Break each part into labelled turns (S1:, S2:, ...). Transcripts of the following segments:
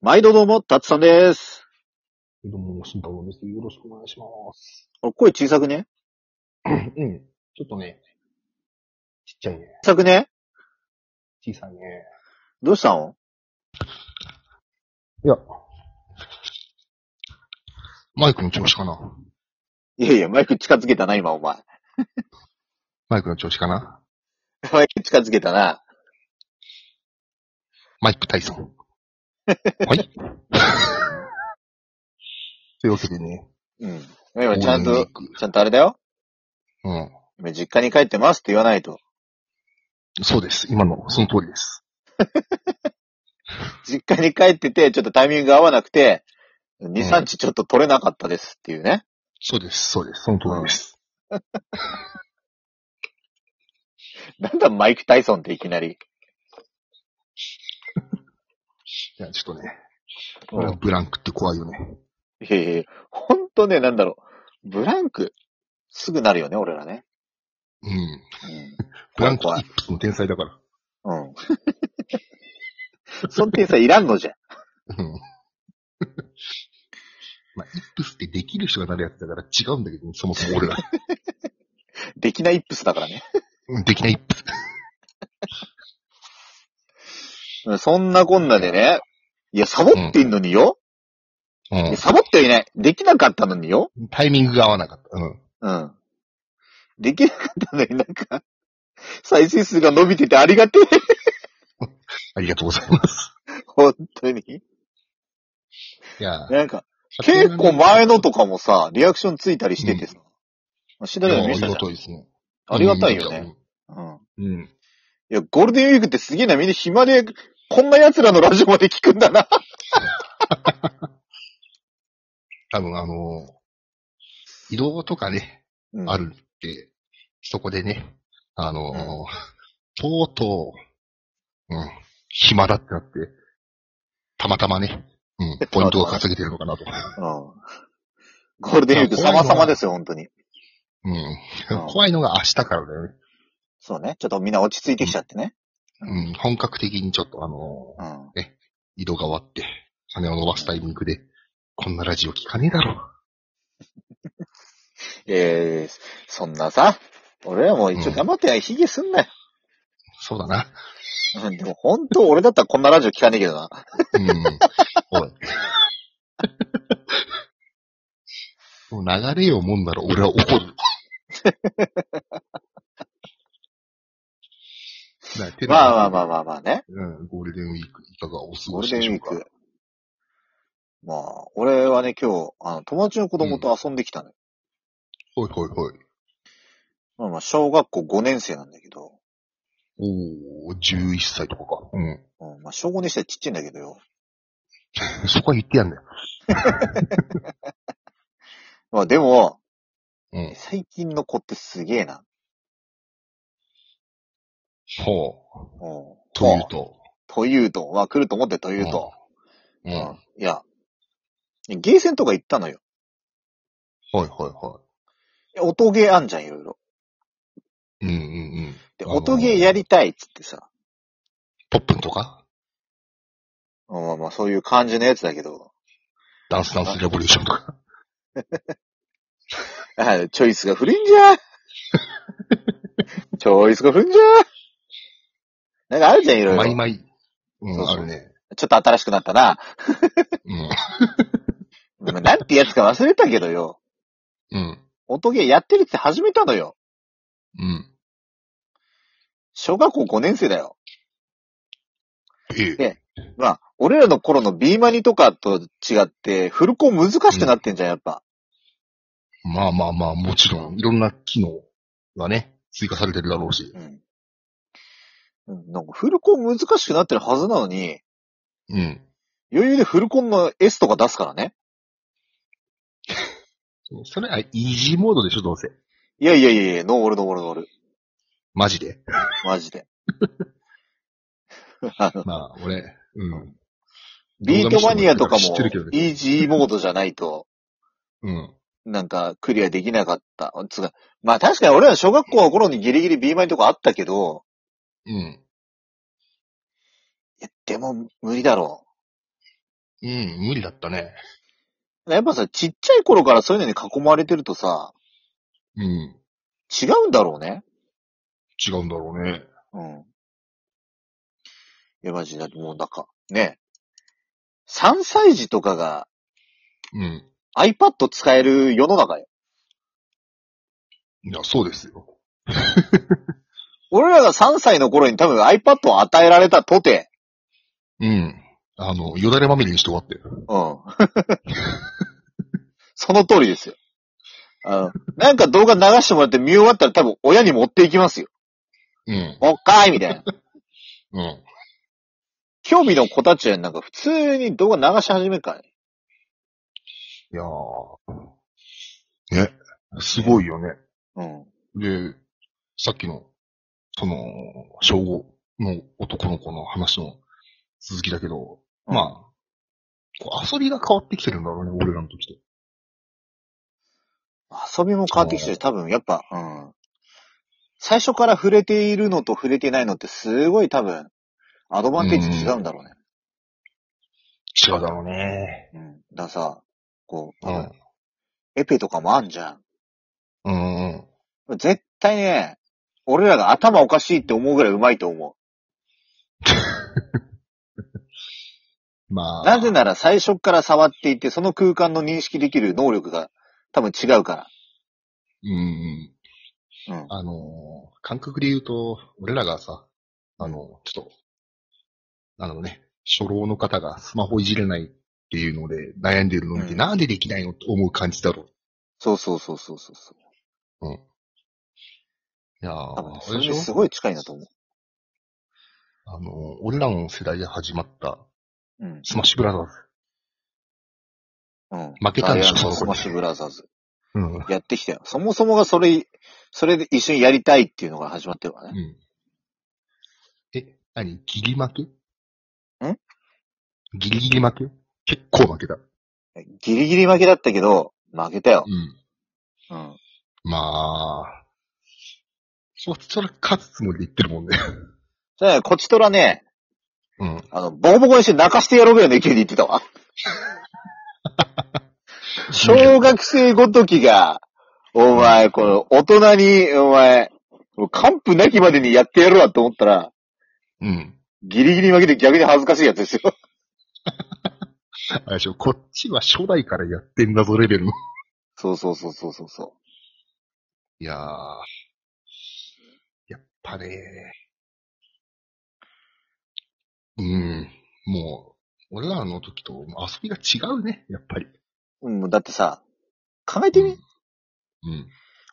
S1: 毎度どうも、たつさんです。
S2: どうも、慎太郎です。よろしくお願いします。
S1: お、声小さくね
S2: うん。ちょっとね、ちっちゃいね。
S1: 小さくね
S2: 小さいね。
S1: どうしたの
S2: いや。マイクの調子かない
S1: やいや、マイク近づけたな、今、お前。
S2: マイクの調子かな
S1: マイク近づけたな。
S2: マイク・タイソン。はい。 というわけでね。
S1: うん。今、ちゃん
S2: ゴ
S1: と
S2: ールデンウィー、ク
S1: ちゃんとあれだよ。
S2: うん。
S1: 今、実家に帰ってますって言わないと。
S2: そうです。今の、その通りです。
S1: 実家に帰ってて、ちょっとタイミングが合わなくて、2、
S2: ん
S1: 3日ちょっと取れなかったですっていうね。
S2: そうです。そうです。その通りです。
S1: なんだ、マイク・タイソンっていきなり。
S2: いや、ちょっとね。
S1: うん
S2: ブランクって怖いよね。
S1: いやいやいや、ほんとね、なんだろう。ブランク、すぐなるよね、俺らね。
S2: うん。
S1: うん。
S2: ブランク
S1: 怖い
S2: 一匹の天才だから。
S1: うん。 そんてさ、いらんのじゃ。
S2: うん。まあ、イップスってできる人がなるやつだから違うんだけど、そもそも俺ら。
S1: できないイップスだからね。
S2: うんできないイップス。
S1: うんそんなこんなでね。いや、サボってんのによ、いや
S2: う
S1: サボってはいない。できなかったのによ
S2: ん。タイミングが合わなかった。うん。
S1: うん。できなかったのになんか、再生数が伸びててありがてえ。
S2: ありがとうございます。
S1: 本当に。
S2: いや、
S1: なんか、結構前のとかもさ、リアクションついたりしててさ。し
S2: い
S1: だ
S2: やあ
S1: よね、
S2: り
S1: 見たじゃ
S2: が
S1: ん
S2: たいですね。
S1: ありがたいよね。うん。
S2: うん。
S1: いや、ゴールデンウィークってすげえな、みんな暇で、こんな奴らのラジオまで聞くんだな。
S2: 多分あのー移動とかね、
S1: うん
S2: あ。るって、そこでね、あのーとうとう、うん、暇だってなって、たまたまね、うん、ポイントが稼げてるのかなと。
S1: うん。ゴールデンウィーク様々ですよ、本当に。
S2: うん
S1: うん。
S2: 怖いのが明日からだよね。
S1: そうね。ちょっとみんな落ち着いてきちゃってね。
S2: うん。本格的にちょっとあの
S1: う
S2: ー
S1: ん。
S2: 移動が終わって、羽を伸ばすタイミングで、こんなラジオ聞かねえだろ。
S1: えー、そんなさ、俺らも一応頑張ってヒゲすんなよ。
S2: そうだな。
S1: うん、でも本当俺だったらこんなラジオ聞かねえけどな。
S2: うん。おい。もう流れようもんなら俺は怒る。
S1: まあまあま
S2: あ。
S1: あまあまあね。
S2: うん、ゴールデンウィークいかがお過
S1: ゴ
S2: ご
S1: ール
S2: し
S1: デ
S2: でし
S1: ンウ
S2: ょ
S1: ィー
S2: うか
S1: ク。。まあ、俺はね、今日、あの、友達の子供と遊んできたのよ。
S2: ほいほいほい。
S1: まあまあ、小学校5年生なんだけど、
S2: おー、11歳とかか。うん。
S1: うん、まあ、小5にしてはちっちゃいんだけどよ。
S2: そこは言ってやんだよ。
S1: まあでも、
S2: うん。
S1: 最近の子ってすげえな。
S2: ほう。
S1: うん。
S2: というと。
S1: というと、まあ来ると思ってというと。
S2: うん。はい
S1: いや、ゲーセンとか行ったのよ。
S2: はいはい
S1: や音ゲーあんじゃん、いろいろ。
S2: い。うんうんうん。
S1: で、
S2: あのー
S1: 音ゲーやりたいっつってさ。
S2: ポップンとか
S1: うんまあまあ、そういう感じのやつだけど、
S2: ダンスダンスレボリューションとか。
S1: あチョイスが古いんじ ゃチョイスが古いんじゃなんかあるじゃん、いろいろ。
S2: マイ
S1: ちょ
S2: マイ。う、
S1: そうんそう
S2: あるね。
S1: っと新しくなったな。
S2: うん。
S1: まあなんてやつか忘れたけどよ。
S2: うん。
S1: 音ゲーやってるって始めたのよ。
S2: うん。
S1: 小学校5年生だよ。
S2: え
S1: でまあ、俺らの頃のビーマニとかと違って、フルコン難しくなってんじゃん、やっぱ。
S2: まあまあまあ、もちろん、いろんな機能がね、追加されてるだろうし。
S1: うん。うんなんかフルコン難しくなってるはずなのに、
S2: うん。
S1: 余裕でフルコンの S とか出すからね。
S2: それは、イージーモードでしょ、どうせ。
S1: いやいやいやいや、ノーオルノーオルノーオル。
S2: マジで。
S1: マジで。あの
S2: まあ、俺、うん。
S1: ビートマニアとかも、
S2: 知ってるけどね。
S1: イージーモードじゃないと、
S2: うん。
S1: なんか、クリアできなかった。つうか、まあ確かに俺ら小学校の頃にギリギリ B マイとかあったけど、
S2: うん。
S1: いや、でも無理だろ
S2: うん、無理だったね。
S1: やっぱさ、ちっちゃい頃からそういうのに囲まれてるとさ、
S2: うん。
S1: 違うんだろうね。
S2: 違うんだろうね。
S1: うん。いや、マジで、だってもうなんか、ね。3歳児とかが
S2: うん。
S1: iPad 使える世の中よ。
S2: いや、そうですよ。
S1: 俺らが3歳の頃に多分 iPad を与えられたとて、
S2: うん。あの、よだれまみれにして終わって。
S1: うん。 その通りですよ。あの、なんか動画流してもらって見終わったら多分親に持っていきますよ。
S2: うん。
S1: もう一回みたいな。
S2: うん。
S1: 興味の子たちはなんか普通に動画流し始めるからね。
S2: いやー。ね。すごいよね。
S1: うん。
S2: で、さっきの、その、小5の男の子の話の続きだけど、まあ、こう遊びが変わってきてるんだろうね、俺らの時と。
S1: 遊びも変わってきてる。多分やっぱ、うん。最初から触れているのと触れてないのってすごい多分、アドバンテージ違うんだろうね。
S2: 違うだろうね。
S1: うん。だからさ、こう、
S2: うん。
S1: エペとかもあんじゃ
S2: うんうん。
S1: ん。絶対ね、俺らが頭おかしいって思うぐらいうまいと思
S2: ま
S1: う。
S2: あ。
S1: なぜなら最初から触っていて、その空間の認識できる能力が多分違うか
S2: うん
S1: ら。うん。
S2: あのー感覚で言うと、俺らがさ、あのーちょっと、あのね、初老の方がスマホいじれないっていうので悩んでるのって、
S1: うん
S2: なんでできないのって思う感じだろ
S1: そうそうそうそうそうそう。
S2: う。うん。いやー、
S1: 多分ね、
S2: あ
S1: それ
S2: れで
S1: に
S2: し
S1: す
S2: ょ
S1: ごい近いなと思
S2: あのー俺らの世代で始まった、
S1: う。うん。
S2: スマッシュブラザーズ。
S1: うん。
S2: 負けたんでしょ
S1: ダイヤの
S2: そ
S1: ス
S2: の
S1: マ
S2: 子
S1: ッシュブラザーズ。
S2: うん。
S1: やってきたよ。そもそもがそれ、それで一緒にやりたいっていうのが始まってるから
S2: う
S1: ね。
S2: ん。え、何ギリ負け
S1: ん
S2: ギリギリ負け結構負けた。
S1: ギリギリ負けだったけど、負けたよ
S2: う。ん。
S1: うん。
S2: まあ、そ、それ勝つつもりで言ってるもん ね。
S1: じゃあ、こっちとらね、
S2: うん。
S1: あの、ボコボコにして泣かしてやろうぐらいの勢いで言ってたわ。小学生ごときが、お前、この、大人に、お前、完膚なきまでにやってやるわと思ったら、
S2: うん。
S1: ギリギリ負けて逆に恥ずかしいやつですよ。
S2: あれでしょ、こっちは初代からやってんだぞレベルの。
S1: そうそうそうそうそうそ
S2: いやー。やっぱねうん。もう、俺らの時と遊びが違うね、やっぱり。
S1: う。うん、だってさ、考えてみ、
S2: うん。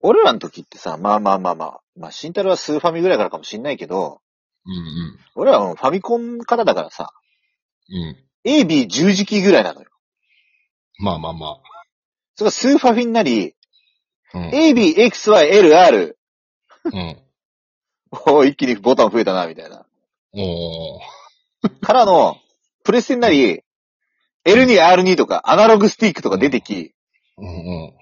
S1: 俺らの時ってさ、まあまあまあまあ、まあ、慎太郎はスーファミぐらいからかもしんないけど、
S2: うん
S1: 俺らはもうファミコンからだからさ、
S2: うん。うん。
S1: A、B 十字キーぐらいなのよ。
S2: まあまあま
S1: それがスーファフィンなり、
S2: あ。うん。
S1: A、B、X、Y、L、R、
S2: うん。
S1: おー 一気にボタン増えたな、みたいな。
S2: おー。
S1: からの、プレステになり、L2、R2 とか、アナログスティックとか出てき、
S2: うんう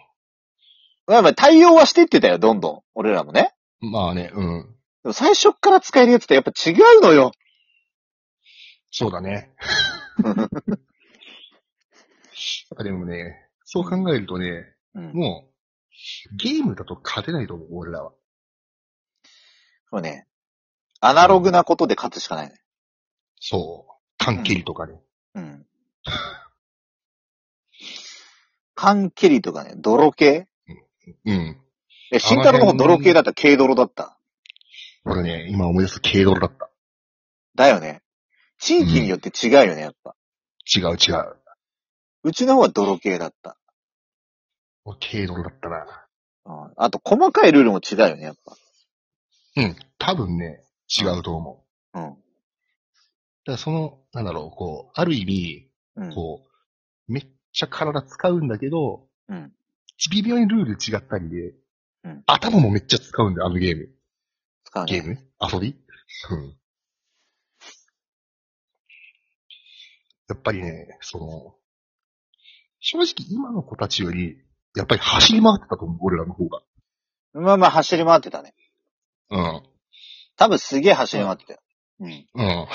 S1: まあまあ対応はしていってたよ、どんどん。俺らもね。
S2: ん。まあね、うん。
S1: でも最初っから使えるやつってやっぱ違うのよ。
S2: そうだ ね。あでもね、そう考えるとね、
S1: うん。も
S2: もう、ゲームだと勝てないと思う、俺らは。
S1: うね、アナログなことで勝つしかないね。
S2: そう。缶切りとかね。
S1: うん。缶蹴りとかね、泥系
S2: うん。
S1: え、慎太郎の方泥系だった、軽泥だった。
S2: 俺ね、今思い出す軽泥だった。
S1: だよね。地域によって違うよね、やっぱ。
S2: 違う違う。
S1: うちの方は泥系だった。
S2: 俺軽泥だったな。
S1: うんあと、細かいルールも違うよね、やっ
S2: うん。多分ね、違うと思う。
S1: ぱ。
S2: だからその、なんだろう、こう、ある意味、
S1: うん。うん。
S2: こう、めっちゃ体使うんだけど、
S1: うん。
S2: 微妙にルール違ったりで、
S1: うん
S2: 頭もめっちゃ使うんだよ、あのゲーム。
S1: 使う
S2: ゲー
S1: ね。
S2: ム遊びうん。やっぱりね、その、正直今の子たちより、やっぱり走り回ってたと思う、俺らの方が。
S1: まあまあ、走り回ってたね。
S2: うん。
S1: 多分 すげえ走り回ってたよ。うん。
S2: うん。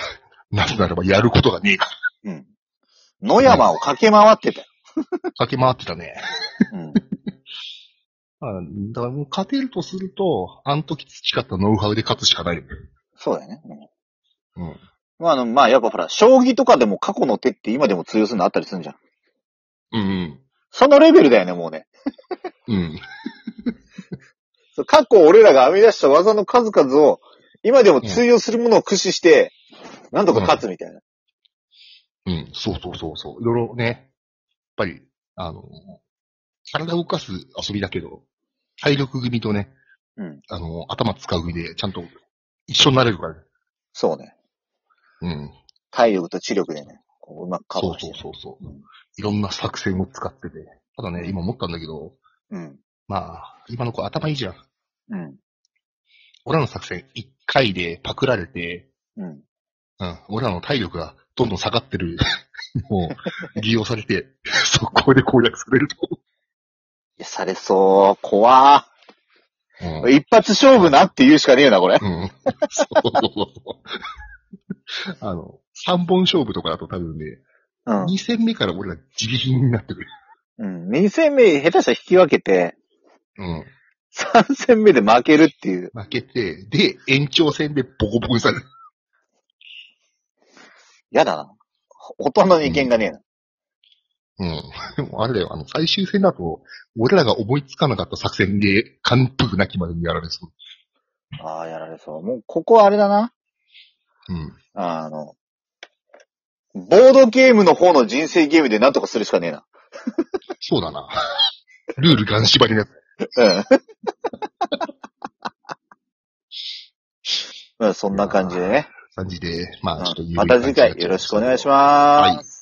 S2: なぜならばやることがねえから。
S1: うん。野山を駆け回ってたよ。
S2: 駆け回ってた ね。
S1: うん。
S2: あだからもう勝てるとすると、あの時培ったノウハウで勝つしかないよね。
S1: そうだよね。うん
S2: うん。
S1: まあ、あの、まあ、やっぱほら、将棋とかでも過去の手って今でも通用するのあったりするじゃん。
S2: うん
S1: そのレベルだよね、もうね。
S2: うん。うん。
S1: そう過去俺らが編み出した技の数々を、今でも通用するものを駆使して、なんとか勝つみたいな。
S2: うん。そうそうそうそう。いろいろね、やっぱり、あの、体を動かす遊びだけど、体力組とね、
S1: うん
S2: あの、頭使う組で、ちゃんと一緒になれるからね。
S1: そうね。
S2: うん。
S1: 体力と知力でね、こううまくカ
S2: そ
S1: バ
S2: う
S1: ーして
S2: そう
S1: る。
S2: そうそう、
S1: うん
S2: いろんな作戦を使ってて。ただね、今思ったんだけど、
S1: うん。
S2: まあ、今の子頭いいじゃん。
S1: うん。
S2: 俺らの作戦一回でパクられて、
S1: うん。
S2: うん、俺らの体力がどんどん下がってる もう、利用されて、 速攻で攻略されると。
S1: いや、されそう。怖
S2: うん
S1: ー。一発勝負なって言うしかねえな、これ。
S2: うん。そう そうそう。あの、三本勝負とかだと多分ね、
S1: うん。
S2: 二戦目から俺ら自力になってくる。
S1: うん。2戦目、下手したら引き分けて、
S2: うん。
S1: 3戦目で負けるっていう。
S2: 負けて、で、延長戦でボコボコにされる。
S1: やだな。大人の意見がねえな。
S2: うん。でもあれだよ、あの、最終戦だと、俺らが思いつかなかった作戦で、完膚なきまでにやられそ
S1: ああ、やられそう。もう、ここはあれだな。
S2: う。うん。
S1: あの、ボードゲームの方の人生ゲームでなんとかするしかねえな。
S2: そうだな。ルールガン縛りのやつ。
S1: うん。うん、そんな感じでね。
S2: 感じで、まあ、ちょっと
S1: うんまた次回よろしくお願いします。
S2: はい。